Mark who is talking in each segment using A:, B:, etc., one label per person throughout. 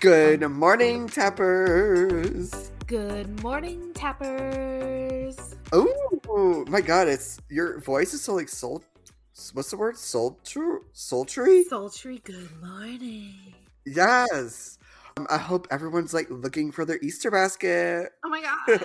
A: Good morning, tappers.
B: Good morning, tappers.
A: Oh my god, it's your voice is so like soul. What's the word? Sultry. Sultry.
B: Sultry good morning.
A: Yes. Um, I hope everyone's like looking for their Easter basket.
B: Oh my god.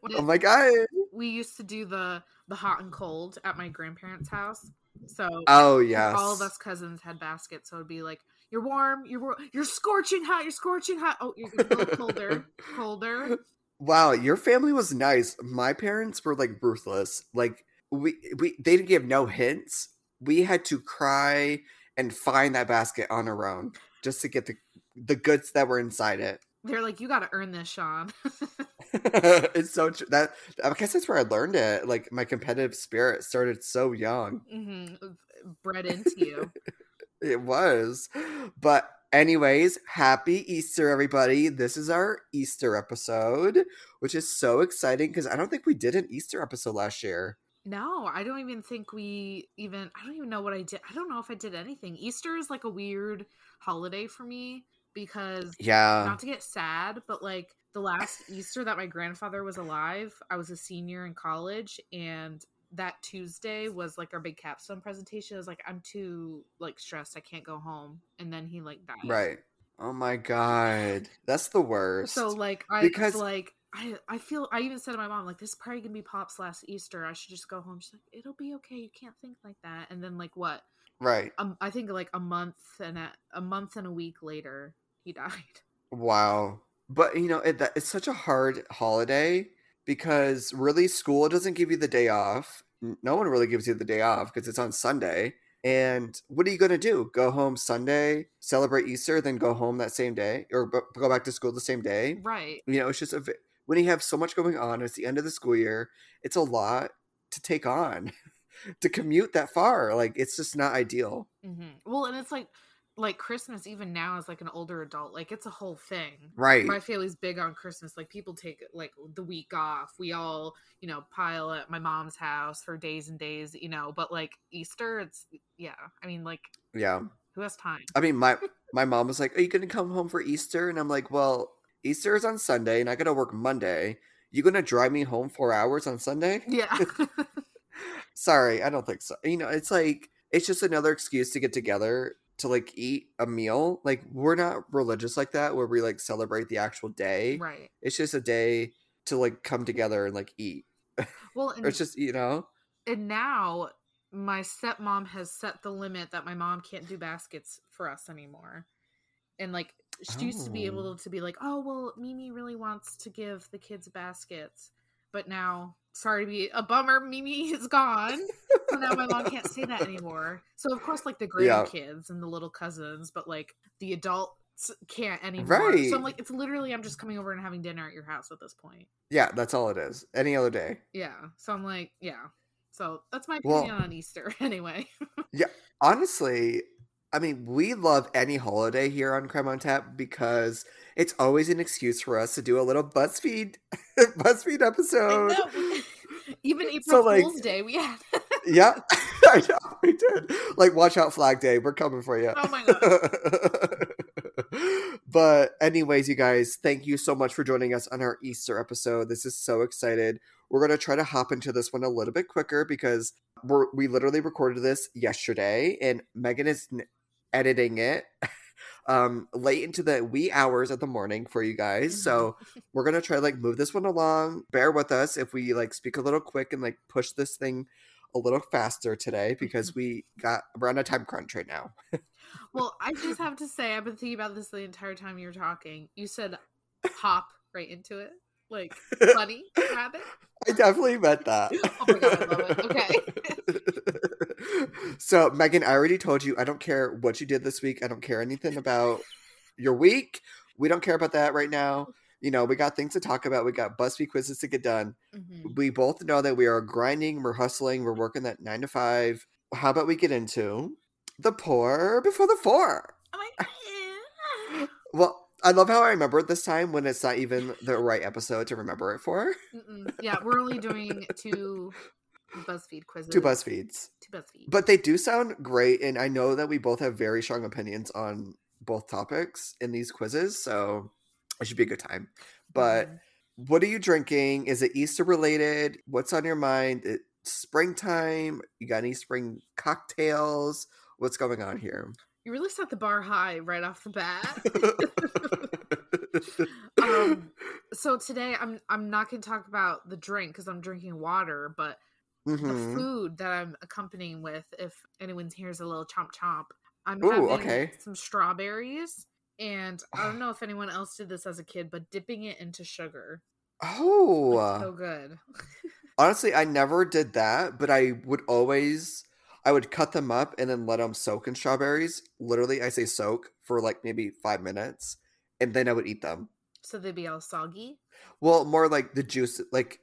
B: When
A: Oh my god.
B: we used to do the the hot and cold at my grandparents' house. So
A: Oh yes.
B: all of us cousins had baskets, so it'd be like you're warm, you're wor- you're scorching hot, you're scorching hot. Oh, you're getting a little colder, colder.
A: Wow, your family was nice. My parents were like ruthless. Like we we they didn't give no hints. We had to cry and find that basket on our own just to get the the goods that were inside it.
B: They're like, you got to earn this, Sean.
A: it's so true. That I guess that's where I learned it. Like my competitive spirit started so young.
B: hmm Bred into you.
A: It was. But anyways, happy Easter everybody. This is our Easter episode, which is so exciting because I don't think we did an Easter episode last year.
B: No, I don't even think we even I don't even know what I did. I don't know if I did anything. Easter is like a weird holiday for me because
A: Yeah.
B: not to get sad, but like the last Easter that my grandfather was alive, I was a senior in college and that Tuesday was like our big capstone presentation. I was like, I'm too like stressed, I can't go home. And then he like died.
A: Right. Oh my god. That's the worst.
B: So like I
A: Because-
B: was like I, I feel I even said to my mom like this is probably gonna be pops last Easter. I should just go home. She's like, it'll be okay. You can't think like that. And then like what?
A: right.
B: Um, I think like a month and a, a month and a week later he died.
A: Wow. But you know, it, that, it's such a hard holiday because really school doesn't give you the day off. N- No one really gives you the day off because it's on Sunday. And what are you going to do? Go home Sunday, celebrate Easter, then go home that same day or b- go back to school the same day?
B: Right.
A: You know, it's just a, v- when you have so much going on, it's the end of the school year, it's a lot to take on to commute that far. Like, it's just not ideal.
B: hmm
A: Mm-hmm.
B: Well, and it's like like Christmas even now as like an older adult like it's a whole thing.
A: Right.
B: My family's big on Christmas. Like people take like the week off. We all you know pile at my mom's house for days and days. You know, but like Easter, it's yeah. I mean like.
A: Yeah.
B: Who has time?
A: I mean, my my mom was like, "Are you gonna come home for Easter?" And I'm like, "Well, Easter is on Sunday, and I gotta work Monday. You gonna drive me home four hours on Sunday?
B: Yeah.
A: Sorry, I don't think so. You know, it's like it's just another excuse to get together to like eat a meal. Like we're not religious like that, where we like celebrate the actual day.
B: right.
A: It's just a day to like come together and like eat.
B: Well,
A: Or
B: and,
A: It's just you know,
B: and now my stepmom has set the limit that my mom can't do baskets for us anymore. And like she used to be
A: Oh.
B: able to be like, "Oh, well, Mimi really wants to give the kids baskets." But now, sorry to be a bummer, Mimi is gone. So now my mom can't say that anymore. So of course, like the
A: Yeah.
B: grandkids and the little cousins, but like the adults can't anymore. So
A: Right.
B: I'm like, it's literally I'm just coming over and having dinner at your house at this point.
A: yeah, that's all it is. Any other day.
B: Yeah. So I'm like, yeah. So that's my
A: Well,
B: opinion on Easter anyway.
A: Honestly, I mean, we love any holiday here on Crime on Tap because it's always an excuse for us to do a little BuzzFeed BuzzFeed
B: I
A: episode.
B: know. Even April
A: Oh, So, like-
B: Fool's Day we had.
A: Yeah, I know we did. Like, watch out, Flag Day. We're coming for you.
B: oh my god.
A: but, anyways, you guys, thank you so much for joining us on our Easter episode. This is so excited. We're gonna try to hop into this one a little bit quicker because we're, we literally recorded this yesterday, and Megan is n- editing it um late into the wee hours of the morning for you guys. So we're gonna try to like move this one along. Bear with us if we like speak a little quick and like push this thing a little faster today because we got we're on a time crunch right now.
B: Well, I just have to say I've been thinking about this the entire time you were talking. You said hop right into it. Like funny habit.
A: I definitely meant that.
B: Oh my god, I love it. Okay.
A: so Megan, I already told you I don't care what you did this week. I don't care anything about your week. We don't care about that right now. You know, we got things to talk about. We got BuzzFeed quizzes to get done.
B: Mhm.
A: we both know that we are grinding, we're hustling, we're working that nine to five. How about we get into the poor before the four?
B: I'm like, eh.
A: Well, I love how I remember it this time when it's not even the right episode to remember it for.
B: Mm-mm. yeah, we're only doing two BuzzFeed quizzes.
A: Two BuzzFeeds.
B: Two BuzzFeed.
A: But they do sound great, and I know that we both have very strong opinions on both topics in these quizzes, so it should be a good time. But
B: Mm-hmm.
A: what are you drinking? Is it Easter related? What's on your mind? It, springtime? You got any spring cocktails? What's going on here?
B: you really set the bar high right off the bat. Um, so today I'm I'm not going to talk about the drink because I'm drinking water, but
A: Mhm.
B: the food that I'm accompanying with, if anyone hears a little chomp chomp, I'm
A: Ooh,
B: having
A: okay.
B: some strawberries, and I don't know if anyone else did this as a kid, but dipping it into sugar,
A: Oh,
B: it's so good.
A: honestly, I never did that, but I would always, I would cut them up and then let them soak in strawberries. Literally, I say soak for like maybe five minutes, and then I would eat them.
B: So they'd be all soggy.
A: Well, more like the juice, like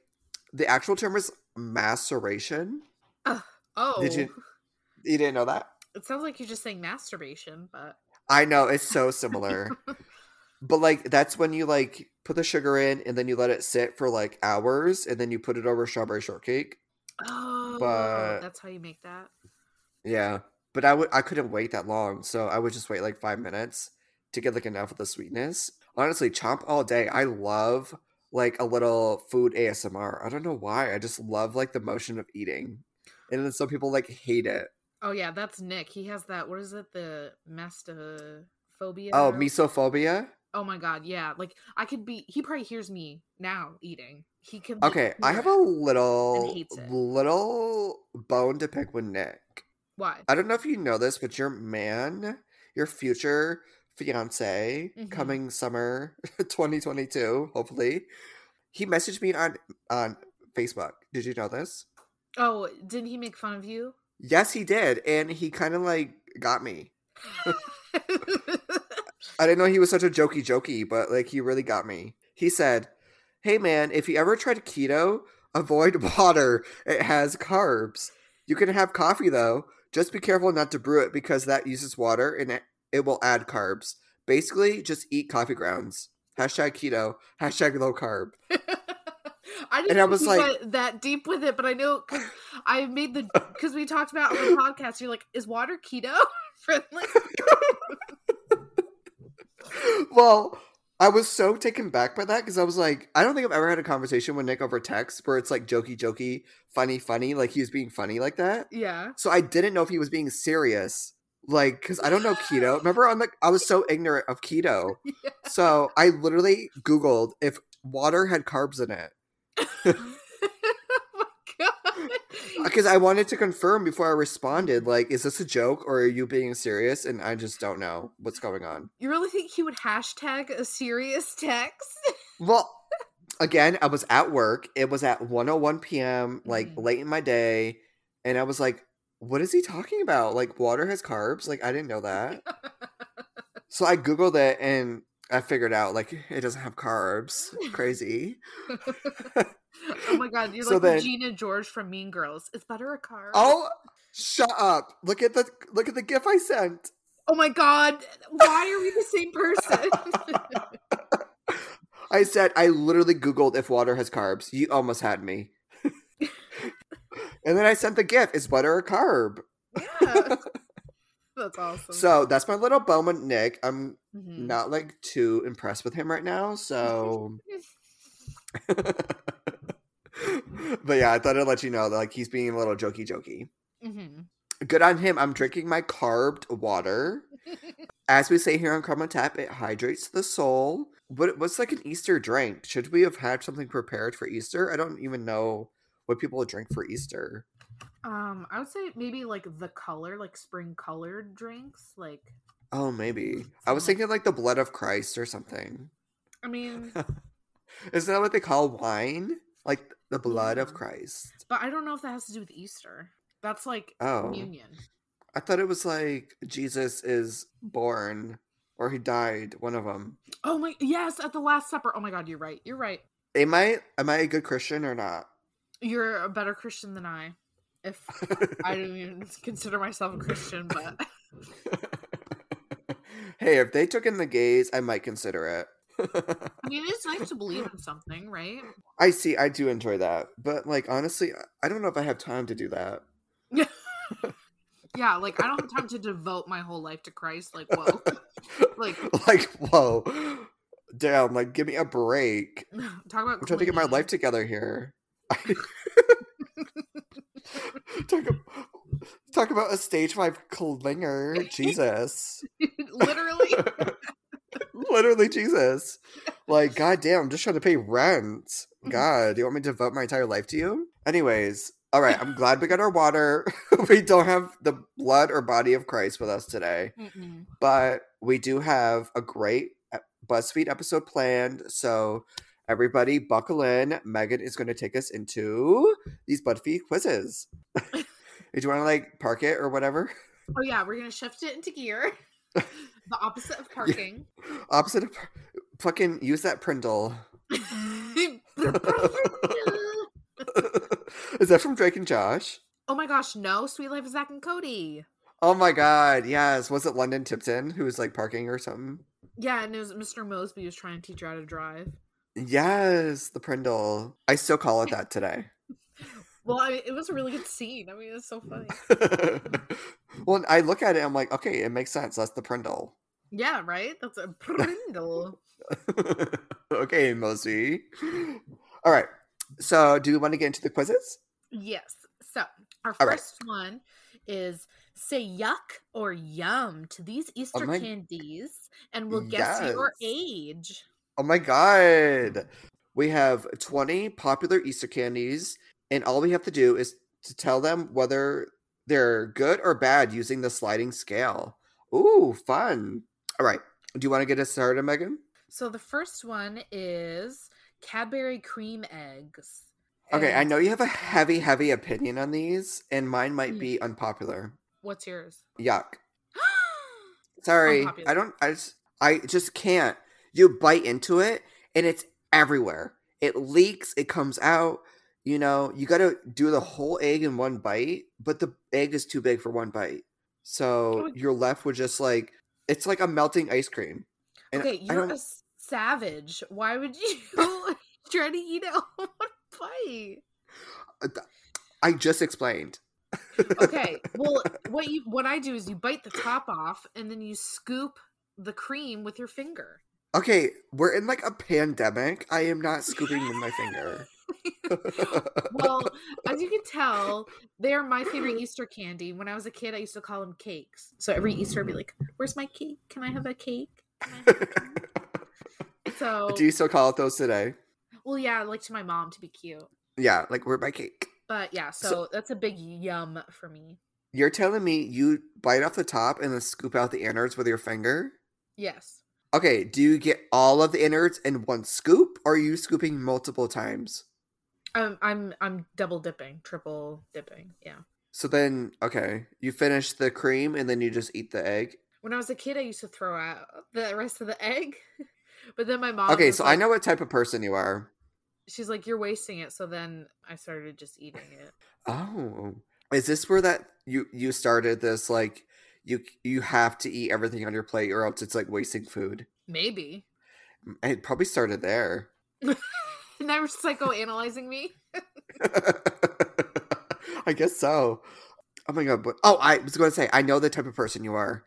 A: the actual term is maceration.
B: Oh,
A: you- You didn't know that?
B: it sounds like you're just saying masturbation, but
A: I know it's so similar. But like that's when you like put the sugar in and then you let it sit for like hours and then you put it over strawberry shortcake.
B: oh,
A: But-
B: that's how you make that.
A: Yeah. But I would I couldn't wait that long, so I would just wait like five minutes to get like enough of the sweetness. Honestly, chomp all day. I love like a little food ASMR. I don't know why. I just love like the motion of eating. And then some people like hate it.
B: Oh yeah, that's Nick. He has that. What is it? The mastophobia.
A: Oh,
B: or-
A: misophobia?
B: Oh my god, yeah. Like I could be. He probably hears me now eating. He can. like,
A: Okay, I
B: hear
A: have
B: it.
A: a little
B: hates it.
A: little bone to pick with Nick.
B: Why?
A: I don't know if you know this, but your man, your future fiance,
B: Mhm.
A: coming summer 2022, hopefully, he messaged me on on Facebook. Did you know this?
B: Oh, didn't he make fun of you?
A: Yes, he did, and he kind of like got me. I didn't know he was such a jokey jokey, but like he really got me. He said, "Hey man, if you ever tried keto, avoid water. It has carbs. You can have coffee though. Just be careful not to brew it because that uses water and it, it will add carbs. Basically, just eat coffee grounds. Hashtag keto. Hashtag low carb.
B: I didn't
A: I
B: think
A: was
B: he
A: like-
B: went that deep with it, but I know because I made the because we talked about it on the podcast. You're like, is water keto friendly?
A: well." I was so taken back by that because I was like, I don't think I've ever had a conversation with Nick over text where it's like jokey, jokey, funny, funny, like he was being funny like that.
B: Yeah.
A: So I didn't know if he was being serious. Like, because I don't know keto. Remember, I'm like, I was so ignorant of keto.
B: Yeah.
A: So I literally Googled if water had carbs in it
B: oh my god.
A: because uh, I wanted to confirm before I responded. Like, is this a joke or are you being serious? And I just don't know what's going on.
B: You really think he would hashtag a serious text?
A: Well, again, I was at work. It was at 101 p.m., like
B: Mhm.
A: late in my day. And I was like, what is he talking about? Like, water has carbs? Like, I didn't know that. So I googled it and I figured out like it doesn't have carbs. Crazy.
B: oh my god, you're
A: So
B: like
A: then-
B: Regina George from Mean Girls. Is butter a carb?
A: Oh, shut up! Look at the look at the gif I sent.
B: Oh my god, why are we the same person?
A: I said I literally googled if water has carbs. You almost had me. and then I sent the gif. Is butter a carb?
B: yeah. That's awesome.
A: So that's my little Bowman Nick. I'm
B: Mhm.
A: not like too impressed with him right now. So, but yeah, I thought I'd let you know that like he's being a little jokey jokey.
B: Mhm.
A: good on him. I'm drinking my carved water. As we say here on Karma Tap, it hydrates the soul. What what's like an Easter drink? Should we have had something prepared for Easter? I don't even know what people drink for Easter.
B: Um, I would say maybe like the color, like spring colored drinks. Like,
A: Oh, maybe. I was
B: Something
A: thinking like the blood of Christ or something.
B: I mean,
A: Isn't that what they call wine? Like the blood of
B: Yeah.
A: Christ.
B: but I don't know if that has to do with Easter. That's like
A: Oh.
B: communion.
A: I thought it was like Jesus is born or he died, one of them.
B: Oh my, yes, at the Last Supper. Oh my god, you're right. You're right.
A: Am I am I a good Christian or not?
B: You're a better Christian than I. If I don't even consider myself a Christian, but
A: hey, if they took in the gays, I might consider it.
B: I mean, it's nice to believe in something, right?
A: I see. I do enjoy that, but like honestly, I- I don't know if I have time to do that.
B: Yeah, like I don't have time to devote my whole life to Christ. Like, whoa. like
A: like whoa damn like give me a break
B: talk about
A: i'm trying to get my
B: clinging.
A: life together here talk, ab- talk about a stage five clinger jesus
B: Literally.
A: literally jesus like god damn i'm just trying to pay rent god do you want me to devote my entire life to you anyways all right i'm glad we got our water we don't have the blood or body of christ with us today
B: Mm-mm.
A: but we do have a great e- BuzzFeed episode planned. So everybody, buckle in. Megan is going to take us into these BuzzFeed quizzes. Did you want to like park it or whatever?
B: Oh yeah, we're gonna shift it into gear. The opposite of parking.
A: Opposite of par- fucking use that Prindle.
B: oh
A: is that from Drake and Josh?
B: my gosh, no, Sweet Life of Zach and Cody.
A: Oh my god, yes. Was it London Tipton who was like parking or something?
B: Yeah, and it was Mr. Mosby was trying to teach her how to drive.
A: Yes, the Prindle. I still call it that today.
B: Well, I mean, it was a really good scene. I mean, it was so funny.
A: well, I look at it, I'm like, okay, it makes sense. That's the Prindle.
B: Yeah, right? That's a brindle.
A: okay, Mosby. All right. So, do you want to get into the quizzes?
B: Yes. So, our
A: All right.
B: first one is say yuck or yum to these Easter
A: Oh my-
B: candies, and we'll guess your
A: Yes.
B: age.
A: Oh my God. We have 20 popular Easter candies, and all we have to do is to tell them whether they're good or bad using the sliding scale. Ooh, fun. All right. Do you want to get us started, Megan?
B: So, the first one is Cadbury cream eggs.
A: Okay, I
B: And
A: know you have a heavy, heavy opinion on these, and mine might
B: Mm.
A: be unpopular.
B: What's yours?
A: Yuck. Sorry, I
B: Unpopular.
A: don't. I just, I just can't. You bite into it, and it's everywhere. It leaks. It comes out. You know, you got to do the whole egg in one bite, but the egg is too big for one bite, so
B: Oh.
A: you're left with just like it's like a melting ice cream. And
B: okay,
A: I
B: you're
A: don't.
B: a savage. Why would you try to eat it all in one bite?
A: I just explained.
B: Okay. Well, what you what I do is you bite the top off and then you scoop the cream with your finger.
A: Okay, we're in like a pandemic. I am not scooping with my finger.
B: Well, as you can tell, they're my favorite Easter candy. When I was a kid, I used to call them cakes. So every Easter, I'd be like, "Where's my cake? Can I have a cake?" Can I have a cake?" So,
A: Do you still call it those today?
B: well, yeah, like to my mom to be cute,
A: Yeah, like where my cake.
B: but yeah, so,
A: So-
B: that's a big yum for me.
A: You're telling me you bite off the top and then scoop out the innards with your finger?
B: Yes,
A: Okay, do you get all of the innards in one scoop or are you scooping multiple times?
B: I'm Um, I'm I'm double dipping, triple dipping. Yeah.
A: So then, okay, you finish the cream and then you just eat the egg.
B: When I was a kid, I used to throw out the rest of the egg, but then my mom.
A: okay,
B: was
A: so I
B: Um, like-
A: know what type of person you are.
B: she's like, "You're wasting it." So then I started just eating it.
A: Oh. Is this where that you you started this like you you have to eat everything on your plate or else it's like wasting food?
B: Maybe.
A: It probably started there.
B: And they were psychoanalyzing "Oh, me.
A: I guess so. Oh my god! But, oh, I was going to say I know the type of person you are.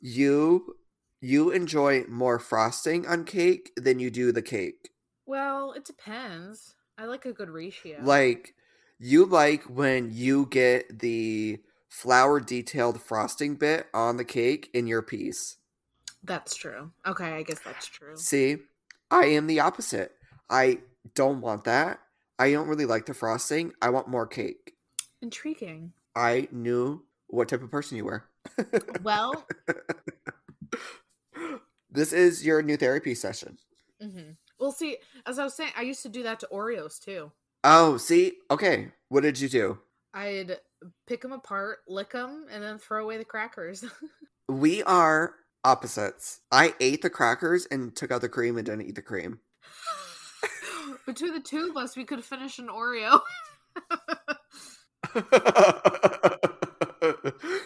A: You you enjoy more frosting on cake than you do the cake.
B: Well, it depends. I like a good ratio.
A: Like you like when you get the flower detailed frosting bit on the cake in your piece.
B: that's true. Okay, I guess that's true.
A: See, I am the opposite. I don't want that. I don't really like the frosting. I want more cake.
B: Intriguing.
A: I knew what type of person you were.
B: Well,
A: this is your new therapy session.
B: mhm. well, see, as I was saying, I used to do that to Oreos too.
A: Oh, see? Okay. What did you do?
B: I'd pick them apart, lick them, and then throw away the crackers.
A: We are opposites. I ate the crackers and took out the cream and didn't eat the cream.
B: Between the two of us, we could finish an Oreo.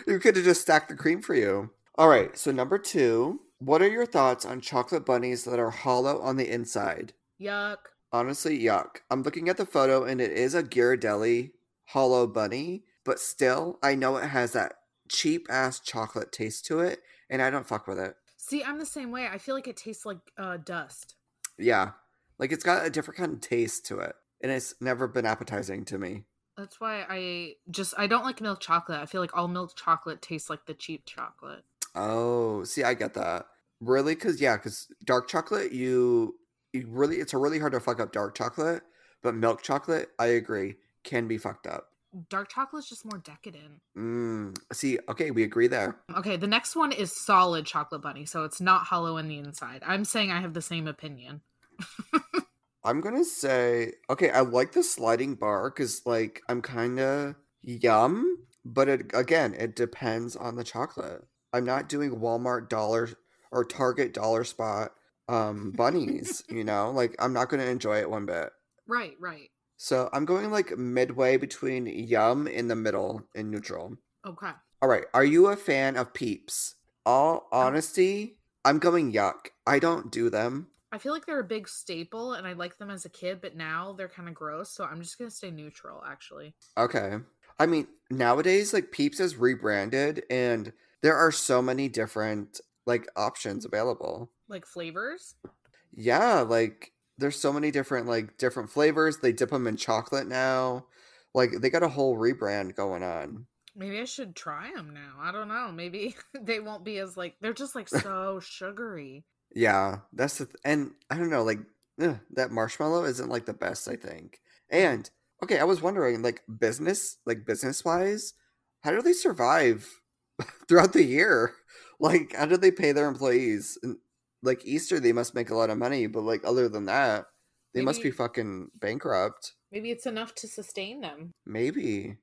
A: you could have just stacked the cream for you. All right. So, number two, what are your thoughts on chocolate bunnies that are hollow on the inside?
B: Yuck.
A: Honestly, yuck. I'm looking at the photo and it is a Ghirardelli hollow bunny, but still, I know it has that cheap ass chocolate taste to it, and I don't fuck with it.
B: See, I'm the same way. I feel like it tastes like uh, dust.
A: Yeah, like it's got a different kind of taste to it, and it's never been appetizing to me.
B: That's why I just I don't like milk chocolate. I feel like all milk chocolate tastes like the cheap chocolate.
A: Oh, see, I get that. Really, because yeah, because dark chocolate, you, you really, it's really hard to fuck up dark chocolate. But milk chocolate, I agree, can be fucked up.
B: Dark chocolate's just more decadent.
A: Mm, see, okay, we agree there.
B: Okay, the next one is solid chocolate bunny, so it's not hollow in the inside. I'm saying I have the same opinion.
A: I'm gonna say, okay, I like the sliding bar because, like, I'm kind of yum, but it again, it depends on the chocolate. I'm not doing Walmart dollar or Target dollar spot um bunnies, you know? Like, I'm not gonna enjoy it one bit.
B: right, right.
A: So I'm going like midway between yum in the middle and neutral.
B: Okay.
A: All right. Are you a fan of peeps? All honesty, I'm going yuck. I don't do them.
B: I feel like they're a big staple and I liked them as a kid, but now they're kind of gross, so I'm just gonna stay neutral actually.
A: Okay. I mean, nowadays, like peeps is rebranded and there are so many different like options available.
B: Like flavors?
A: Yeah, like there's so many different like different flavors. They dip them in chocolate now. Like they got a whole rebrand going on.
B: Maybe I should try them now. I don't know. Maybe they won't be as like they're just like so sugary.
A: Yeah, that's the th- and I don't know, like ugh, that marshmallow isn't like the best, I think. And okay, I was wondering, like business, like business wise, how do they survive throughout the year? Like, how do they pay their employees? And, like Easter, they must make a lot of money, but like other than that, they must be
B: Maybe-
A: fucking bankrupt.
B: Maybe it's enough to sustain them.
A: Maybe.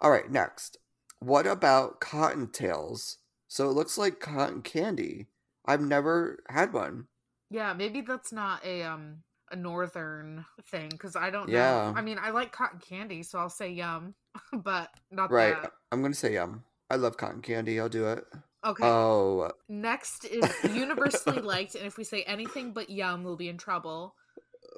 A: All right, next. What about cottontails? So it looks like cotton candy. I've never had one.
B: Yeah, maybe that's not a um a northern thing because I don't
A: Yeah.
B: know. I mean, I like cotton candy, so I'll say yum, but not
A: Right.
B: that.
A: I'm gonna say yum. I love cotton candy. I'll do it.
B: Okay.
A: Oh,
B: Next is universally liked, and if we say anything but yum, we'll be in trouble.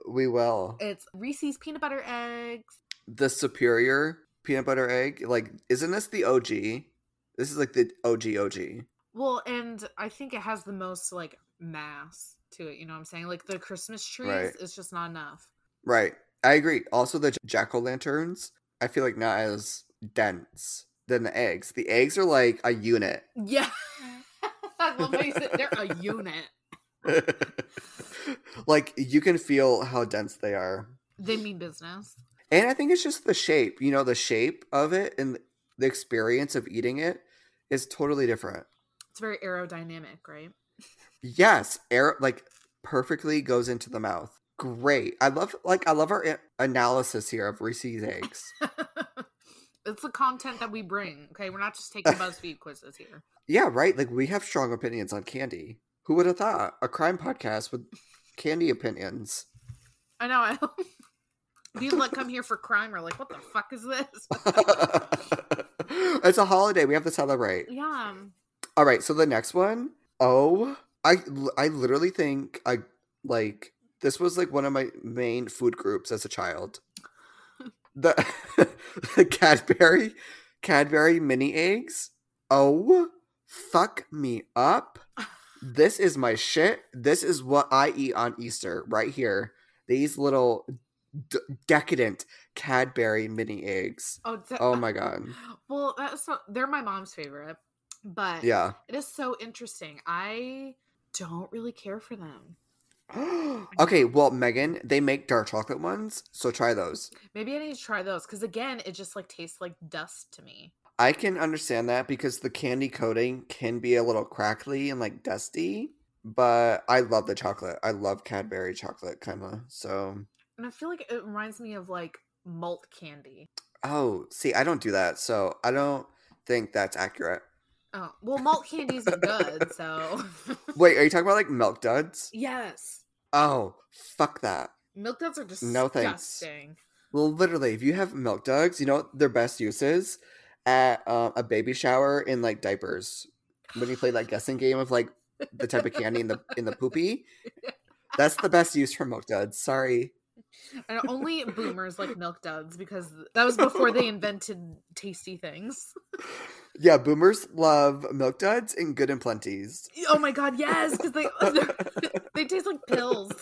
A: we will.
B: It's Reese's peanut butter eggs.
A: The superior peanut butter egg. Like, isn't this the OG? This is like the OG OG.
B: Well, and I think it has the most like mass to it. You know what I'm saying? Like the Christmas trees,
A: Right.
B: it's just not enough.
A: Right. I agree. Also, the jack o' lanterns. I feel like not as dense than the eggs. The eggs are like a unit.
B: Yeah. I love how you said they're a unit.
A: like you can feel how dense they are.
B: They mean business.
A: And I think it's just the shape, you know, the shape of it and the experience of eating it is totally different.
B: It's very aerodynamic, right?
A: Yes, air like perfectly goes into the mouth. Great. I love like I love our a- analysis here of Reese's eggs.
B: it's the content that we bring. Okay, we're not just taking BuzzFeed quizzes here.
A: yeah, right. Like we have strong opinions on candy. Who would have thought a crime podcast with candy opinions?
B: I know. I People that come here for crime are like, what the fuck is this?
A: it's a holiday. We have to celebrate.
B: Yeah.
A: All right, so the next one, oh, I l- I literally think I like this was like one of my main food groups as a child. The, the Cadbury Cadbury mini eggs. Oh, fuck me up. This is my shit. This is what I eat on Easter right here. These little d- decadent Cadbury mini eggs.
B: Oh, it's-
A: Oh my god.
B: Well, that's so, they're my mom's favorite, but
A: Yeah.
B: it is so interesting. I don't really care for them.
A: okay, well, Megan, they make dark chocolate ones, so try those.
B: Maybe I need to try those because again, it just like tastes like dust to me.
A: I can understand that because the candy coating can be a little crackly and like dusty, but I love the chocolate. I love Cadbury chocolate, kind of. So,
B: And I feel like it reminds me of like malt candy.
A: oh, see, I don't do that, so I don't think that's accurate.
B: Oh, well, malt candy is good, so.
A: Wait, are you talking about like milk duds?
B: yes.
A: Oh, fuck that.
B: Milk duds are disgusting.
A: No thanks. Well, literally, if you have milk duds, you know what their best use is? At um, a baby shower in like diapers. When you play that guessing game of like the type of candy in the in the poopy. That's the best use for milk duds. Sorry.
B: And only boomers like milk duds because that was before they invented tasty things.
A: Yeah, boomers love milk duds and good and plenties.
B: Oh my god, yes, because they they taste like pills.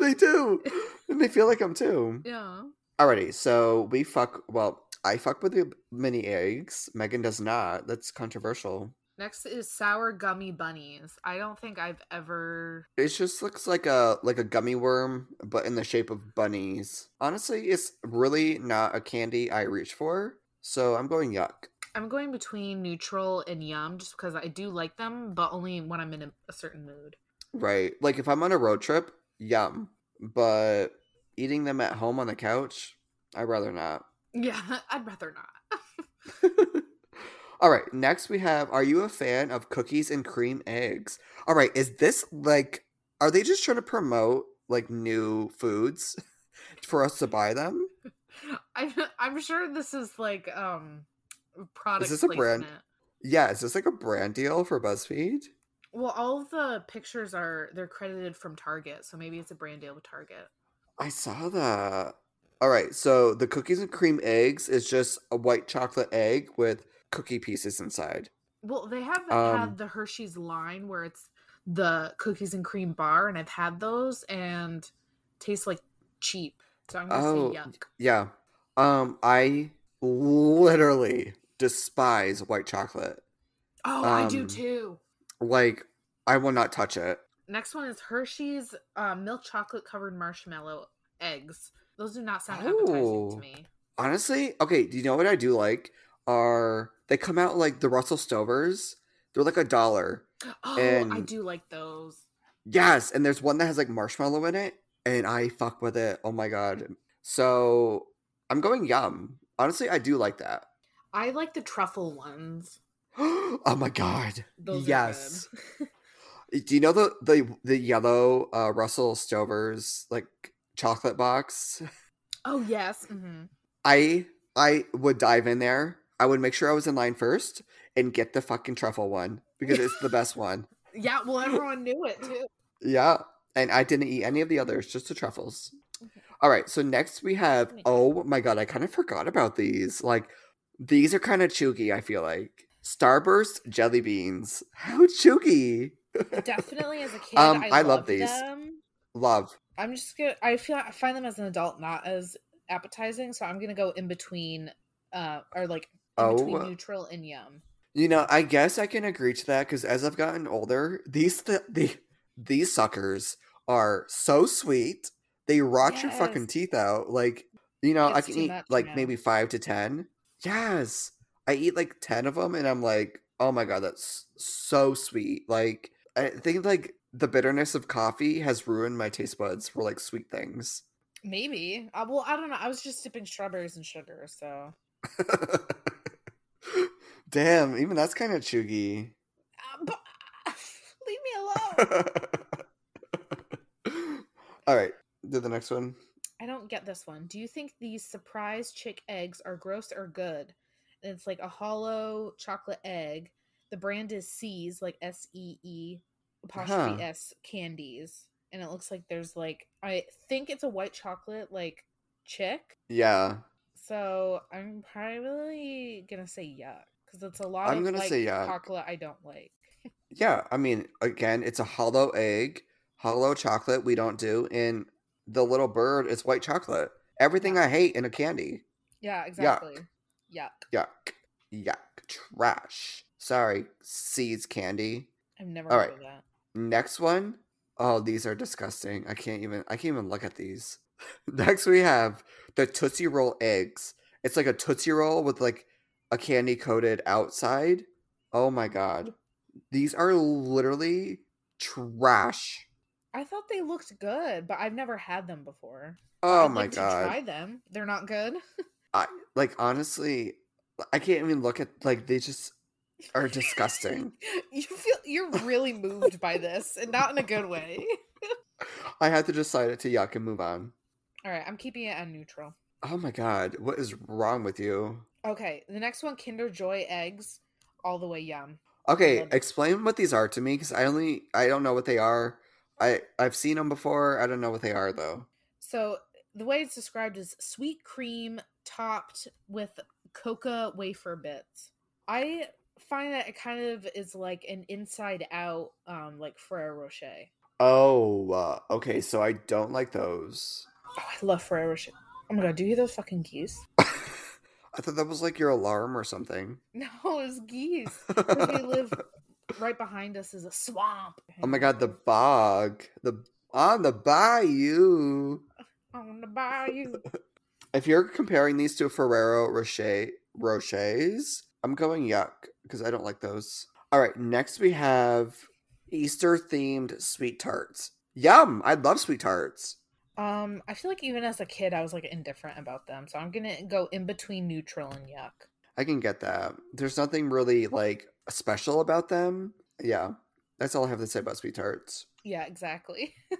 A: they do. And they feel like them too.
B: Yeah.
A: Alrighty, so we fuck well, I fuck with the mini eggs. Megan does not. That's controversial.
B: Next is sour gummy bunnies. I don't think I've ever.
A: It just looks like a like a gummy worm, but in the shape of bunnies. Honestly, it's really not a candy I reach for. So I'm going yuck.
B: I'm going between neutral and yum just because I do like them, but only when I'm in a, a certain mood.
A: Right. Like if I'm on a road trip, yum. But eating them at home on the couch, I'd rather not.
B: Yeah, I'd rather not.
A: All right, next we have Are you a fan of cookies and cream eggs? All right, is this like, are they just trying to promote like new foods for us to buy them?
B: I'm, I'm sure this is like um product
A: Is this a
B: placement.
A: brand? Yeah, is this like a brand deal for BuzzFeed?
B: Well, all of the pictures are they're credited from Target, so maybe it's a brand deal with Target.
A: I saw that. All right, so the cookies and cream eggs is just a white chocolate egg with cookie pieces inside.
B: Well, they have
A: Um,
B: had the Hershey's line where it's the cookies and cream bar, and I've had those and tastes like cheap. So I'm gonna
A: Oh,
B: say yuck.
A: Yeah. Um, I literally despise white chocolate.
B: Oh, I do
A: um,
B: too.
A: Like, I will not touch it.
B: Next one is Hershey's uh, milk chocolate covered marshmallow eggs. Those do not sound appetizing
A: Oh.
B: to me.
A: Honestly, okay, do you know what I do like? Are they come out like the Russell Stovers? They're like a dollar.
B: Oh, I
A: And-
B: do like those.
A: Yes, and there's one that has like marshmallow in it, and I fuck with it. Oh my god. So I'm going yum. Honestly, I do like that.
B: I like the truffle ones.
A: oh my god.
B: Those
A: Yes.
B: are good.
A: Do you know the the the yellow uh Russell Stovers like chocolate box?
B: Oh yes. hmm
A: I I would dive in there. I would make sure I was in line first and get the fucking truffle one because it's the best one.
B: Yeah. Well, everyone knew it too.
A: Yeah. And I didn't eat any of the others, just the truffles.
B: Okay.
A: All right. So next we have
B: Nice.
A: oh my god, I kind of forgot about these. Like these are kind of choogy, I feel like. Starburst jelly beans. How choogy.
B: Definitely, as a kid,
A: Um,
B: I,
A: I love
B: loved
A: these.
B: Them.
A: Love.
B: I'm just gonna. I feel I find them as an adult not as appetizing, so I'm gonna go in between, uh, or like in between
A: Oh,
B: neutral and yum.
A: you know, I guess I can agree to that because as I've gotten older, these th- the these suckers are so sweet. They rot your fucking
B: Yes.
A: teeth out. Like, you know, I
B: It's
A: can
B: too
A: eat
B: much
A: like
B: now.
A: maybe five to ten. Yes, I eat like ten of them, and I'm like, oh my god, that's so sweet. Like, I think like the bitterness of coffee has ruined my taste buds for like sweet things.
B: Maybe. Uh, well, I don't know. I was just sipping strawberries and sugar, so
A: Damn, even that's kind of chuggy.
B: uh, but, leave me alone.
A: All right, do the next one.
B: I don't get this one. Do you think these surprise chick eggs are gross or good? And it's like a hollow chocolate egg. The brand is C's, like S E E apostrophe
A: Huh.
B: S candies. And it looks like there's like I think it's a white chocolate like chick.
A: Yeah,
B: So I'm probably gonna say yuck because it's a lot
A: I'm
B: of
A: gonna
B: like
A: say yuck.
B: chocolate I don't like.
A: yeah. I mean, again, it's a hollow egg, hollow chocolate. We don't do, and the little bird is white chocolate. Everything
B: Yeah.
A: I hate in a candy.
B: Yeah, exactly. Yuck.
A: Yuck, yuck, trash. Sorry, seeds candy.
B: I've never
A: All
B: heard
A: right.
B: of that.
A: Next one. Oh, these are disgusting. I can't even I can't even look at these. Next we have the Tootsie Roll eggs. It's like a Tootsie Roll with like a candy coated outside. Oh my god. These are literally trash.
B: I thought they looked good, but I've never had them before.
A: Oh
B: I'd
A: my
B: like to
A: god.
B: try them. They're not good.
A: I like honestly, I can't even look at like they just are disgusting.
B: you feel you're really moved by this, and not in a good way.
A: I had to decide it to yuck and move on.
B: All right, I'm keeping it on neutral.
A: Oh my god, what is wrong with you?
B: Okay, the next one, Kinder Joy eggs, all the way yum.
A: Okay,
B: love-
A: explain what these are to me because I only I don't know what they are. I I've seen them before. I don't know what they are though.
B: So the way it's described is sweet cream topped with coca wafer bits. I find that it kind of is like an inside out, um, like Ferrero Rocher.
A: Oh, uh, okay. So I don't like those.
B: Oh, I love Ferrero Rocher. Oh my god, do you hear those fucking geese?
A: I thought that was like your alarm or something.
B: No, it's geese. 'Cause they live right behind us is a swamp.
A: Oh my god, the bog. The on the bayou.
B: on the bayou.
A: If you're comparing these to Ferrero Rocher Rochers, I'm going yuck because I don't like those. All right, next we have Easter themed sweet tarts. Yum! I love sweet tarts.
B: Um, I feel like even as a kid, I was like indifferent about them, so I'm gonna go in between neutral and yuck.
A: I can get that. There's nothing really like special about them. Yeah, that's all I have to say about sweet tarts.
B: Yeah, exactly.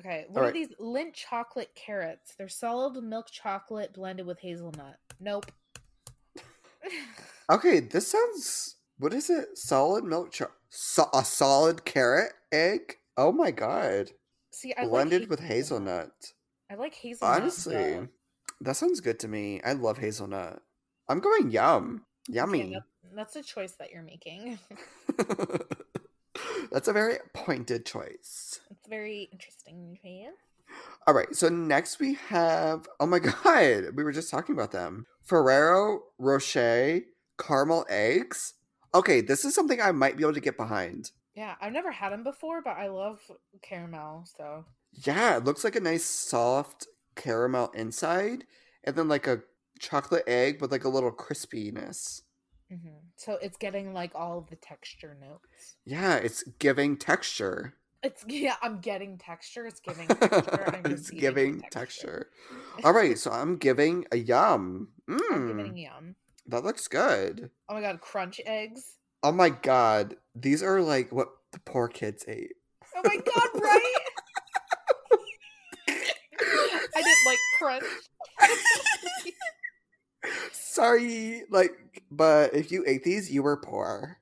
B: okay,
A: All
B: what are
A: right.
B: these lint chocolate carrots? They're solid milk chocolate blended with hazelnut. Nope.
A: Okay, this sounds. What is it? Solid milk cho- so- a solid carrot egg. Oh my god!
B: See, I
A: Blended
B: like
A: with hazelnut.
B: I like hazelnut.
A: Honestly,
B: though.
A: that sounds good to me. I love hazelnut. I'm going yum,
B: Yeah,
A: yummy.
B: that- that's a choice that you're making.
A: That's a very pointed choice.
B: it's very interesting. Jane.
A: All right, so next we have oh my god, we were just talking about them. Ferrero Rocher caramel eggs. Okay, this is something I might be able to get behind.
B: Yeah, I've never had them before, but I love caramel. So
A: Yeah, it looks like a nice soft caramel inside and then like a chocolate egg with like a little crispiness.
B: Mhm. So it's getting like all the texture notes.
A: Yeah, it's giving texture.
B: It's yeah, I'm getting texture. It's giving texture. I'm
A: it's
B: receiving
A: giving texture. All right, so I'm giving a yum.
B: I'm
A: Mm,
B: giving yum.
A: that looks good.
B: Oh my god, crunch eggs.
A: Oh my god, these are like what the poor kids ate.
B: Oh my god, right? I didn't like crunch.
A: Sorry, like, but if you ate these, you were poor.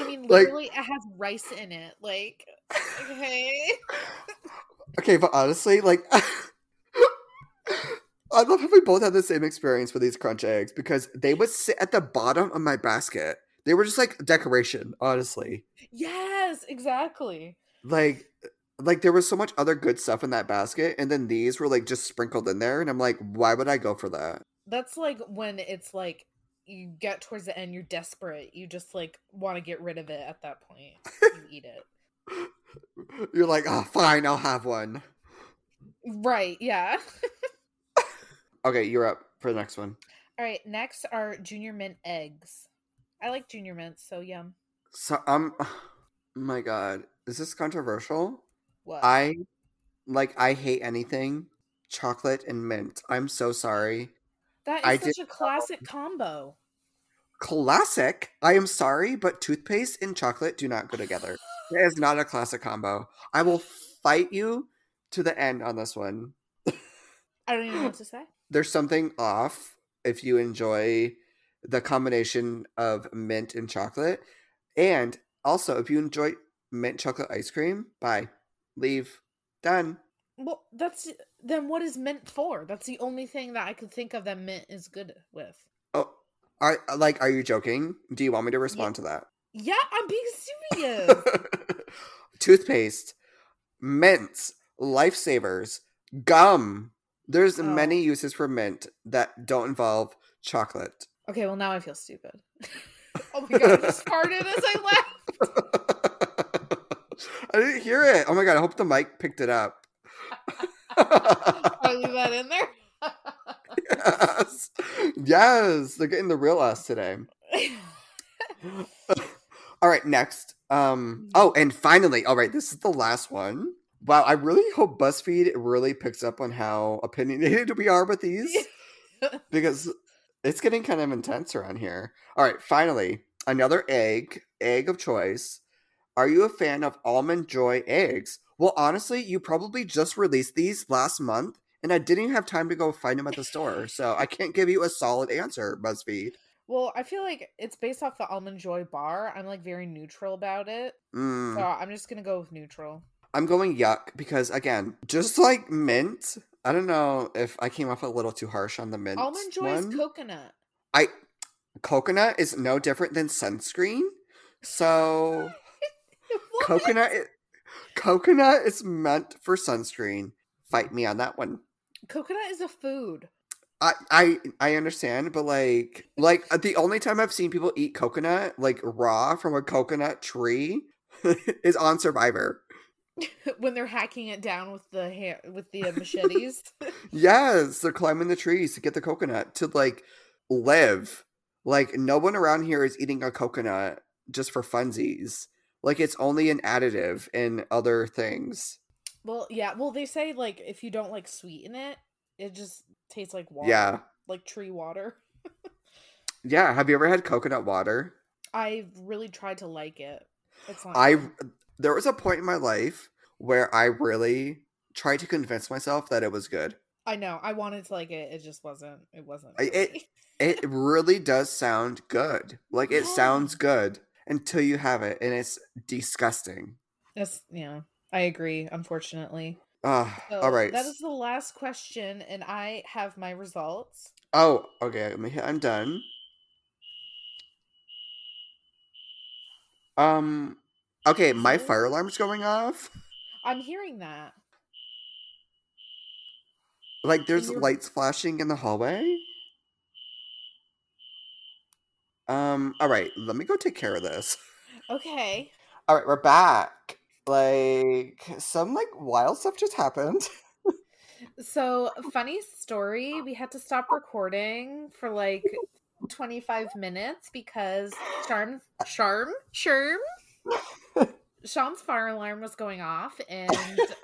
B: I mean,
A: Like-
B: literally, it has rice in it. Like, okay.
A: Okay, but honestly, like, I love how we both had the same experience with these crunch eggs because they would sit at the bottom of my basket. They were just like decoration, honestly.
B: Yes, exactly.
A: Like, like there was so much other good stuff in that basket, and then these were like just sprinkled in there, and I'm like, why would I go for that?
B: That's like when it's like you get towards the end, you're desperate. You just like want to get rid of it at that point. You eat it.
A: You're like, oh, fine, I'll have one.
B: Right, yeah.
A: Okay, you're up for the next one.
B: All right, next are junior mint eggs. I like junior mints, so yum.
A: So um my god, is this controversial?
B: What?
A: I like I hate anything chocolate and mint. I'm so sorry.
B: that is
A: I did-
B: such a classic combo.
A: Classic. I am sorry, but toothpaste and chocolate do not go together. That is not a classic combo. I will fight you to the end on this one.
B: I don't even know what to say.
A: There's something off if you enjoy the combination of mint and chocolate. And also, if you enjoy mint chocolate ice cream, bye. Leave. Done.
B: Well, that's then what is mint for? That's the only thing that I could think of that mint is good with.
A: Oh, are like, are you joking? Do you want me to respond to
B: Yeah, I'm being serious.
A: that? Toothpaste, mints, lifesavers, gum. There's many uses for mint that don't involve chocolate.
B: okay, well now I feel stupid. oh my god, I just farted as I laughed.
A: I didn't hear it. Oh my god! I hope the mic picked it up.
B: I leave that in there.
A: yes, yes, they're getting the real us today. all right, next. Um. Oh, and finally, all right. This is the last one. Wow, I really hope BuzzFeed really picks up on how opinionated we are with these because it's getting kind of intense around here. All right, finally, another egg, egg of choice. Are you a fan of almond joy eggs? Well, honestly, you probably just released these last month, and I didn't have time to go find them at the store, so I can't give you a solid answer, BuzzFeed.
B: well, I feel like it's based off the almond joy bar. I'm like very neutral about it,
A: Mm.
B: so I'm just gonna go with neutral.
A: I'm going yuck because again, just like mint, I don't know if I came off a little too harsh on the mint.
B: Almond joy
A: one.
B: is coconut.
A: I coconut is no different than sunscreen. So
B: What?
A: coconut i- coconut is meant for sunscreen. Fight me on that one.
B: Coconut is a food.
A: I I I understand, but like like uh, the only time I've seen people eat coconut like raw from a coconut tree is on Survivor.
B: when they're hacking it down with the hair with the uh, machetes.
A: Yes, they're climbing the trees to get the coconut to like live. Like no one around here is eating a coconut just for funsies. Like it's only an additive in other things.
B: well, yeah. Well, they say like if you don't like sweeten it, it just tastes like water.
A: Yeah.
B: like tree water.
A: Yeah, have you ever had coconut water?
B: I really tried to like it. It's not
A: I
B: good.
A: there was a point in my life where I really tried to convince myself that it was good.
B: I know. I wanted to like it. It just wasn't. It wasn't.
A: I-
B: for
A: it-
B: me.
A: It really does sound good. Like it
B: Yeah.
A: sounds good until you have it and it's disgusting.
B: That's yeah. I agree. Unfortunately.
A: Ugh, all
B: So
A: right.
B: That is the last question, and I have my results.
A: Oh, okay. let me hit- I'm done. Um. Okay, my
B: So-
A: fire alarm's going off.
B: I'm hearing that.
A: Like, there's
B: your-
A: lights flashing in the hallway. Um. All right. Let me go take care of this.
B: Okay.
A: All right, we're back. Like some like wild stuff just happened.
B: So, funny story, we had to stop recording for like 25 minutes because Charm Charm Sherm Sean's fire alarm was going off and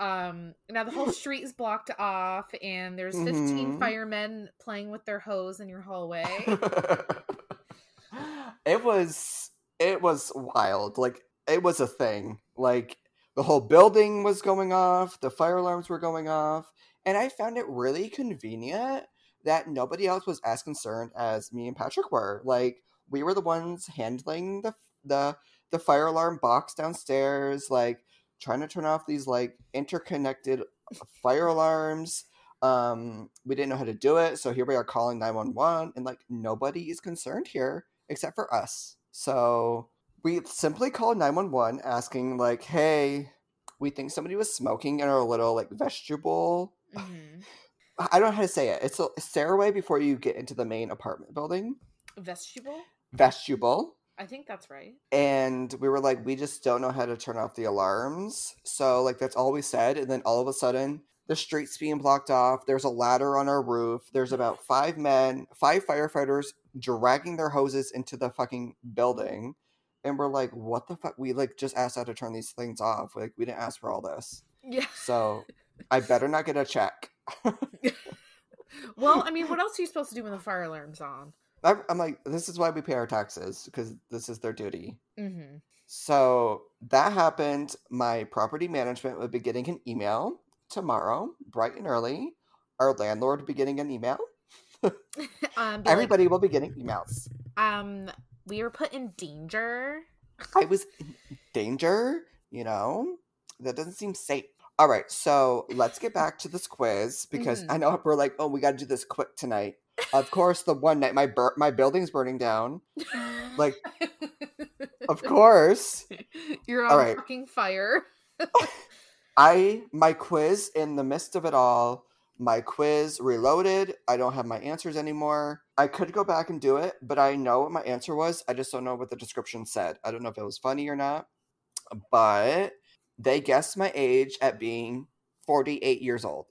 B: um now the whole street is blocked off and there's 15
A: Mhm.
B: firemen playing with their hose in your hallway.
A: it was it was wild. Like it was a thing. Like the whole building was going off, the fire alarms were going off, and I found it really convenient that nobody else was as concerned as me and Patrick were. Like we were the ones handling the the the fire alarm box downstairs, like trying to turn off these like interconnected fire alarms. Um, we didn't know how to do it, so here we are calling 911, and like nobody is concerned here except for us. So we simply called 911 asking, like, hey, we think somebody was smoking in our little like vegetable.
B: Mhm.
A: I I don't know how to say it. It's a stairway before you get into the main apartment building.
B: Vegetable?
A: Vestibule
B: I think that's right.
A: and we were like we just don't know how to turn off the alarms so like that's all we said and then all of a sudden the street's being blocked off there's a ladder on our roof there's about five men five firefighters dragging their hoses into the fucking building and we're like what the fuck we like just asked how to turn these things off like we didn't ask for all this
B: Yeah.
A: so i better not get a check
B: Well, I mean, what else are you supposed to do when the fire alarm's on?
A: I'm, I'm like this is why we pay our taxes because this is their duty
B: Mhm.
A: Mm-hmm. So that happened. My property management would be getting an email tomorrow, bright and early. Our landlord would be getting an email.
B: Um, be like,
A: Everybody will be getting emails.
B: um we were put in danger
A: I was in danger, you know? That doesn't seem safe. All right, so let's get back to this quiz because
B: Mhm.
A: I know we're like, oh, we got to do this quick tonight. Of course, the one night my bur- my building's burning down. Like, of course,
B: you're
A: All
B: on
A: right.
B: fucking fire
A: I my quiz in the midst of it all, my quiz reloaded. I don't have my answers anymore. I could go back and do it, but I know what my answer was. I just don't know what the description said. I don't know if it was funny or not. But they guessed my age at being 48 years old.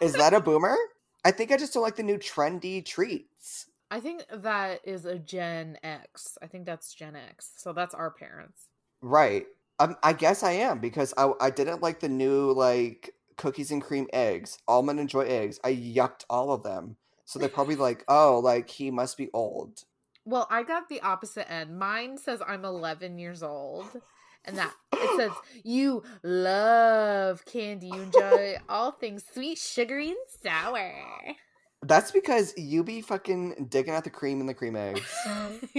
A: Is that a boomer? I think I just don't like the new trendy treats.
B: i think that is a gen x i think that's gen x so that's our parents
A: Right. Um, I guess I am because I, I didn't like the new like cookies and cream eggs, almond and joy eggs. I yucked all of them. So they're probably like, oh, like he must be old.
B: well i got the opposite end mine says i'm 11 years old and that it says you love candy you enjoy all things sweet sugary and sour
A: That's because you be fucking digging out the cream and the cream eggs.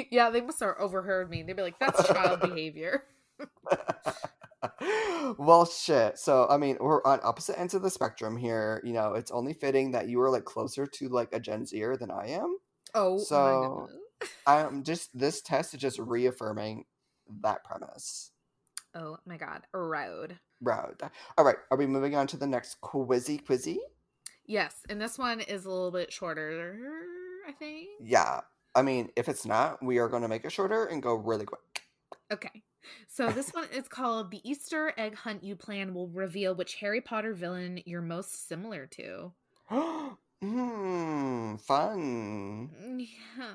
B: yeah they must have overheard me they'd be like that's child behavior
A: well, shit. So, I mean, we're on opposite ends of the spectrum here. You know, it's only fitting that you are like closer to like a Gen Zer than I am.
B: Oh, my
A: So-
B: God.
A: I'm just this test is just reaffirming that premise.
B: oh my God, road.
A: Road. All right. Are we moving on to the next quizzy quizzy?
B: Yes, and this one is a little bit shorter, I think.
A: Yeah. I mean, if it's not, we are going to make it shorter and go really quick.
B: Okay. So this one is called The Easter Egg Hunt You Plan Will Reveal Which Harry Potter Villain You're Most Similar to.
A: Hmm. Fun.
B: Mm, Yeah.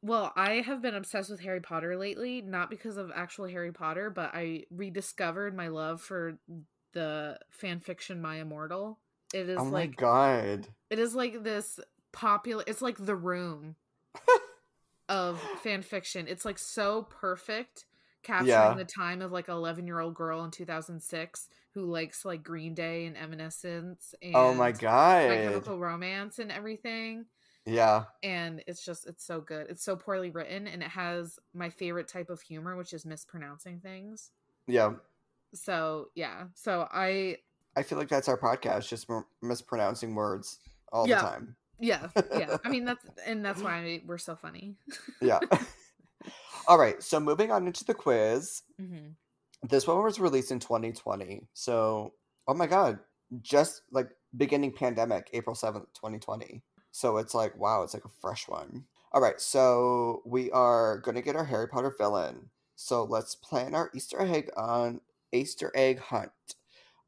B: Well, I have been obsessed with Harry Potter lately, not because of actual Harry Potter, but I rediscovered my love for the fan fiction My Immortal. It is
A: Oh my
B: like
A: god.
B: it is like this popular it's like the room of fan fiction. It's like so perfect capturing
A: Yeah.
B: the time of like an 11-year-old girl in 2006 who likes like Green Day and Evanescence and
A: Oh my
B: My
A: god.
B: Chemical Romance and everything
A: Yeah.
B: and it's just it's so good it's so poorly written and it has my favorite type of humor which is mispronouncing things
A: Yeah.
B: so yeah so i
A: I feel like that's our podcast, just m- mispronouncing words all
B: Yeah.
A: the time.
B: yeah yeah i mean that's and that's why we're so funny
A: Yeah. all right. So moving on into the quiz.
B: hmm
A: This one was released in 2020. So, oh my god, just like beginning pandemic, April 7th, 2020. So it's like, wow, it's like a fresh one. All right. So we are going to get our Harry Potter villain. So let's plan our Easter egg on Easter egg hunt.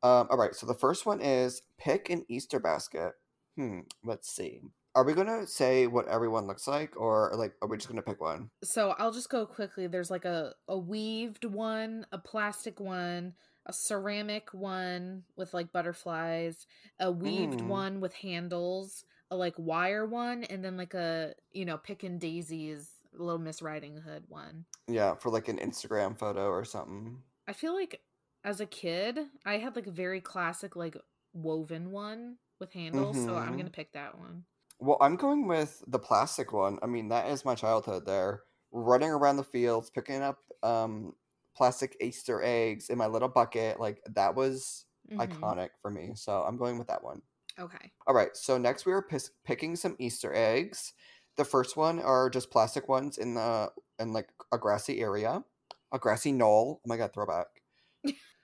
A: Um, all right. So the first one is pick an Easter basket. Hmm. Let's see. Are we going to say what everyone looks like or like, are we just going to pick one?
B: so i'll just go quickly there's like a a weaved one a plastic one a ceramic one with like butterflies a weaved
A: Mm.
B: one with handles a like wire one and then like a you know pickin' daisies little miss riding hood one
A: Yeah, for like an Instagram photo or something.
B: I feel like as a kid, I had like a very classic like woven one with handles, so I'm
A: Mhm.
B: gonna pick that one.
A: Well, I'm going with the plastic one. I mean, that is my childhood there. Running around the fields, picking up um plastic Easter eggs in my little bucket, like that was
B: Mhm.
A: iconic for me. So I'm going with that one.
B: Okay.
A: All right, so next we are pis- picking some Easter eggs. The first one are just plastic ones in the in like a grassy area, a grassy knoll. Oh my god, throwback.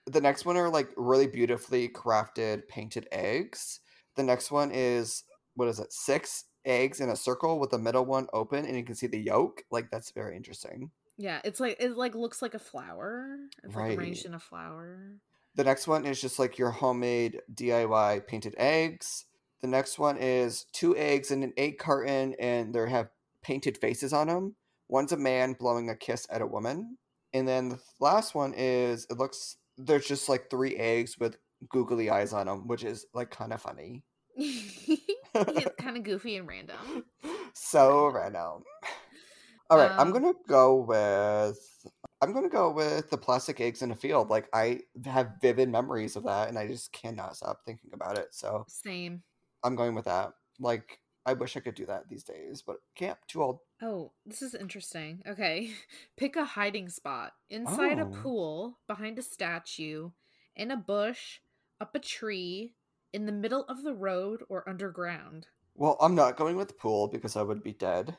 A: the next one are like really beautifully crafted painted eggs. The next one is what is it? Six eggs in a circle with the middle one open, and you can see the yolk. Like that's very interesting.
B: Yeah, it's like it like looks like a flower. It's like arranged
A: Right.
B: in a flower.
A: The next one is just like your homemade DIY painted eggs. The next one is two eggs in an egg carton, and they have painted faces on them. One's a man blowing a kiss at a woman. And then the last one is it looks there's just like three eggs with googly eyes on them, which is like kind of funny.
B: it's kind of goofy and random.
A: so random. All right, I'm
B: Um,
A: gonna go with I'm gonna go with the plastic eggs in a field. Like I have vivid memories of that, and I just cannot stop thinking about it. So
B: Same.
A: I'm going with that. Like I wish I could do that these days, but can't. Too old.
B: Oh, this is interesting. Okay. Pick a hiding spot inside a
A: Oh.
B: pool, behind a statue, in a bush, up a tree, in the middle of the road, or underground.
A: Well, I'm not going with pool because I would be dead.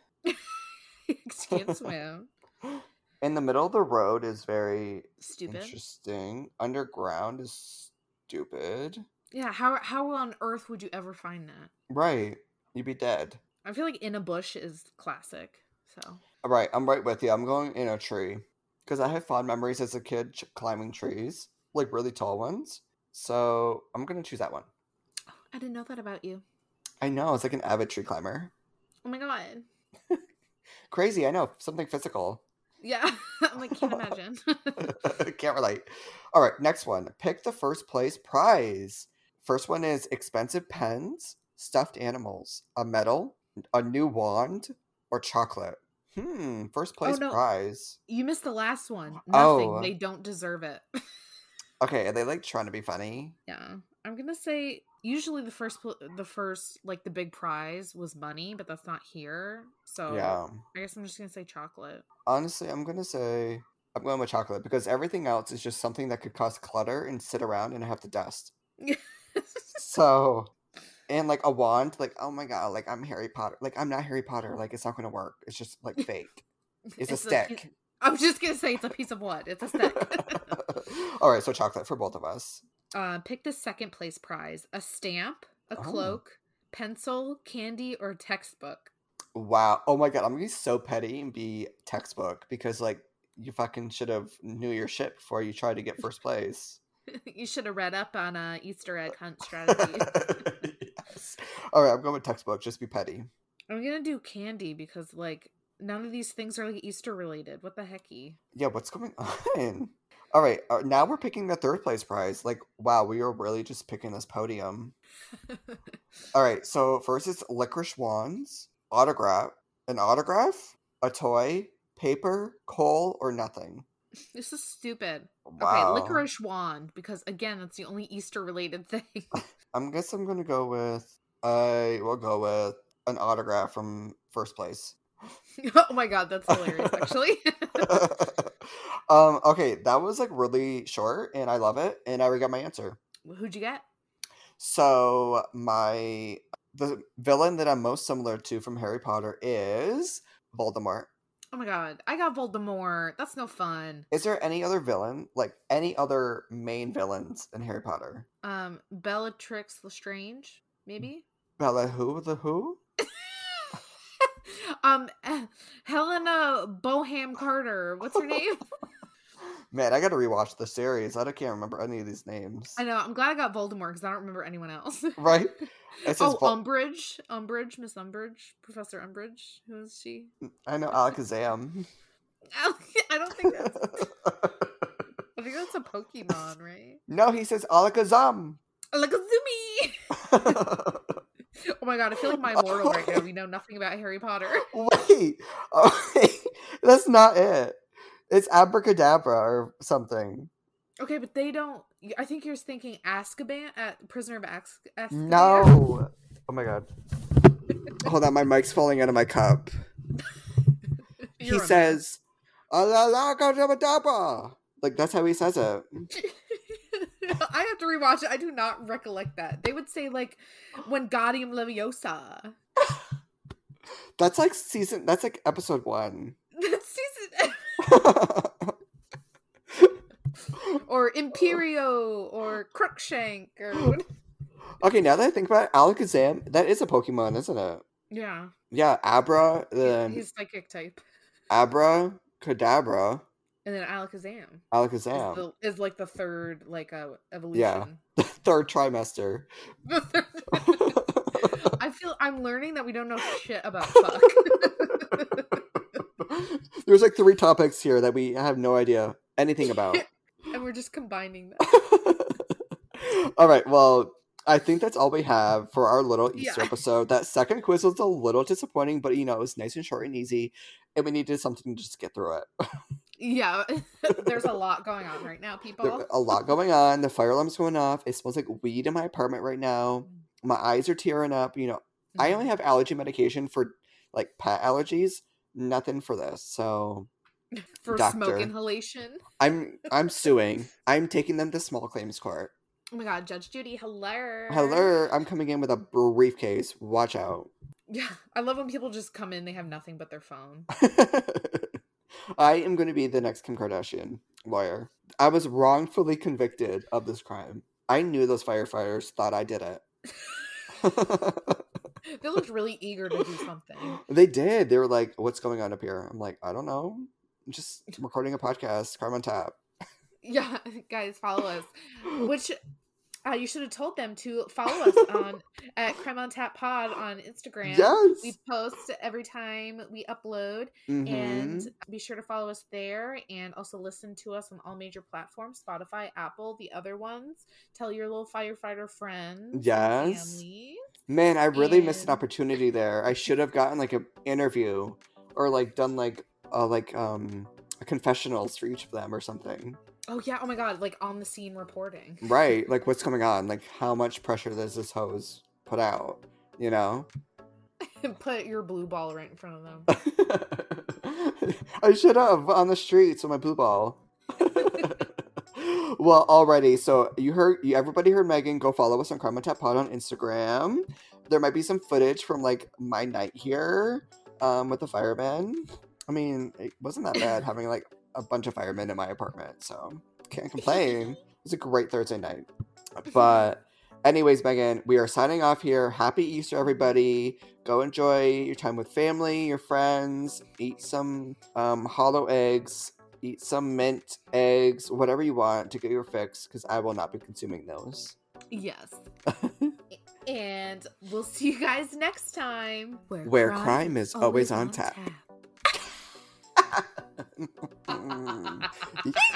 B: Can't swim.
A: In the middle of the road is very
B: Stupid.
A: interesting. Underground is stupid.
B: Yeah, how how on earth would you ever find that?
A: Right, you'd be dead.
B: I feel like in a bush is classic. So
A: All right, I'm right with you. I'm going in a tree because I have fond memories as a kid ch- climbing trees, like really tall ones. So I'm gonna choose that one.
B: Oh, I didn't know that about you.
A: I know it's like an avid tree climber.
B: Oh my god.
A: Crazy, I know something physical.
B: Yeah. I'm like, can't imagine.
A: Can't relate. All right, next one. Pick the first place prize. First one is expensive pens, stuffed animals, a medal, a new wand, or chocolate. Hmm, first place
B: no.
A: prize.
B: you missed the last one. Nothing.
A: Oh.
B: They don't deserve it.
A: Okay, are they like trying to be funny?
B: Yeah, I'm gonna say usually the first pl- the first like the big prize was money, but that's not here. So
A: Yeah.
B: I guess I'm just gonna say chocolate.
A: Honestly, I'm gonna say I'm going with chocolate because everything else is just something that could cause clutter and sit around and I have to dust. So, and like a wand, like, oh my God, like I'm Harry Potter. Like, I'm not Harry Potter. Like, it's not going to work. It's just like fake. It's a
B: piece-
A: stick.
B: I was just gonna say it's a piece of wood. It's a stick.
A: All right. So, chocolate for both of us.
B: uh, pick the second place prize: a stamp, a
A: Oh.
B: cloak, pencil, candy, or textbook.
A: Wow. Oh my God. I'm going to be so petty and be textbook because like you fucking should have knew your shit before you tried to get first place.
B: you should have read up on a Easter egg hunt strategy.
A: yes. All right. I'm going with textbook. Just be petty.
B: I'm gonna do candy because like none of these things are like Easter related. What the hecky?
A: Yeah, what's going on? All right, uh, now we're picking the third place prize. Like, wow, we are really just picking this podium. All right, so first it's licorice wands, autograph, an autograph, a toy, paper, coal, or nothing.
B: this is stupid.
A: Wow.
B: Okay, licorice wand because again that's the only Easter related thing.
A: I guess I'm gonna go with. I will go with an autograph from first place.
B: oh my god, that's hilarious. Actually,
A: um. Okay, that was like really short, and I love it, and I already got my answer.
B: who'd you get?
A: So my the villain that I'm most similar to from Harry Potter is Voldemort.
B: Oh my god, I got Voldemort. That's no fun.
A: Is there any other villain, like any other main villains in Harry Potter?
B: Um, Bellatrix Lestrange, maybe.
A: Bella who the who? Mm.
B: um, Helena Boham Carter. What's her name?
A: Man, I gotta rewatch the series. I don't- can't remember any of these names.
B: I know. I'm glad I got Voldemort because I don't remember anyone else.
A: Right? It says
B: oh,
A: Vol-
B: Umbridge, Umbridge, Miss Umbridge, Professor Umbridge. Who is she?
A: I know Alakazam.
B: I don't think that's. I think that's a Pokemon, right?
A: no, he says Alakazam.
B: Alakazumi. Oh my god, I feel like my immortal right now. We know nothing about Harry Potter.
A: Wait, oh, wait, that's not it. It's abracadabra or something.
B: Okay, but they don't. I think you're thinking Azkaban, uh, Prisoner of Ax- Azkaban.
A: No. Oh my god. Hold on, my mic's falling out of my cup.
B: You're
A: he
B: on
A: says, "Alalakadabadaba." Like that's how he says it.
B: that. I have to rewatch it. I do not recollect that. They would say like, "When Gaudium Leviosa."
A: That's like season. That's like episode one.
B: That's season. or Imperio or Crookshank or what-
A: okay, now that I think about it, Alakazam, that is a Pokemon, isn't it?
B: yeah,
A: Yeah, Abra,
B: he-
A: then
B: he's psychic type,
A: Abra, Kadabra,
B: and then Alakazam
A: Alakazam.
B: is, the, is like the third like uh, evolution.
A: Third trimester.
B: The third- I feel I'm learning that we don't know shit about fuck.
A: There's like three topics here that we have no idea anything about.
B: and we're just combining them.
A: all right, well, I think that's all we have for our little Easter
B: Yeah.
A: episode. That second quiz was a little disappointing, but you know, it was nice and short and easy, and we needed something to just get through it.
B: Yeah, there's a lot going on right now, people.
A: There- a lot going on. The fire alarm's going off. It smells like weed in my apartment right now. My eyes are tearing up. You know, I
B: Mm-hmm.
A: only have allergy medication for like pet allergies, nothing for this. So
B: for
A: doctor.
B: smoke inhalation.
A: I'm I'm suing. I'm taking them to small claims court.
B: Oh my god, Judge Judy, hello.
A: Hello, I'm coming in with a briefcase. Watch out.
B: Yeah, I love when people just come in, they have nothing but their phone.
A: I am going to be the next Kim Kardashian lawyer. I was wrongfully convicted of this crime. I knew those firefighters thought I did it.
B: They looked really eager to do something.
A: they did. They were like, "What's going on up here?" I'm like, "I don't know. I'm just recording a podcast. Crime on tap."
B: Yeah, guys, follow us. Which uh, you should have told them to follow us on at Crime on Tap Pod on Instagram.
A: Yes.
B: We post every time we upload,
A: Mhm.
B: and be sure to follow us there, and also listen to us on all major platforms: Spotify, Apple, the other ones. Tell your little firefighter friends, and
A: Yes.
B: family.
A: Man, I really missed an
B: And-
A: opportunity there. I should have gotten like an interview or like done like uh, like um confessionals for each of them or something.
B: Oh yeah! Oh my God! Like on the scene reporting.
A: Right. Like what's going on? Like how much pressure does this hose put out? You know?
B: Put your blue ball right in front of them.
A: I should have on the streets with my blue ball. well, alrighty. So you heard, you, everybody heard Megan. Go follow us on Karma Tap Pod on Instagram. There might be some footage from like my night here um, with the firemen. I mean, it wasn't that bad having like a bunch of firemen in my apartment, so can't complain. it was a great Thursday night. But, anyways, Megan, we are signing off here. Happy Easter, everybody. Go enjoy your time with family, your friends. Eat some um, hollow eggs. Eat some mint eggs, whatever you want to get your fix, because I will not be consuming those.
B: Yes. and we'll see you guys next time.
A: Where crime is always on tap. Mm.
B: tap.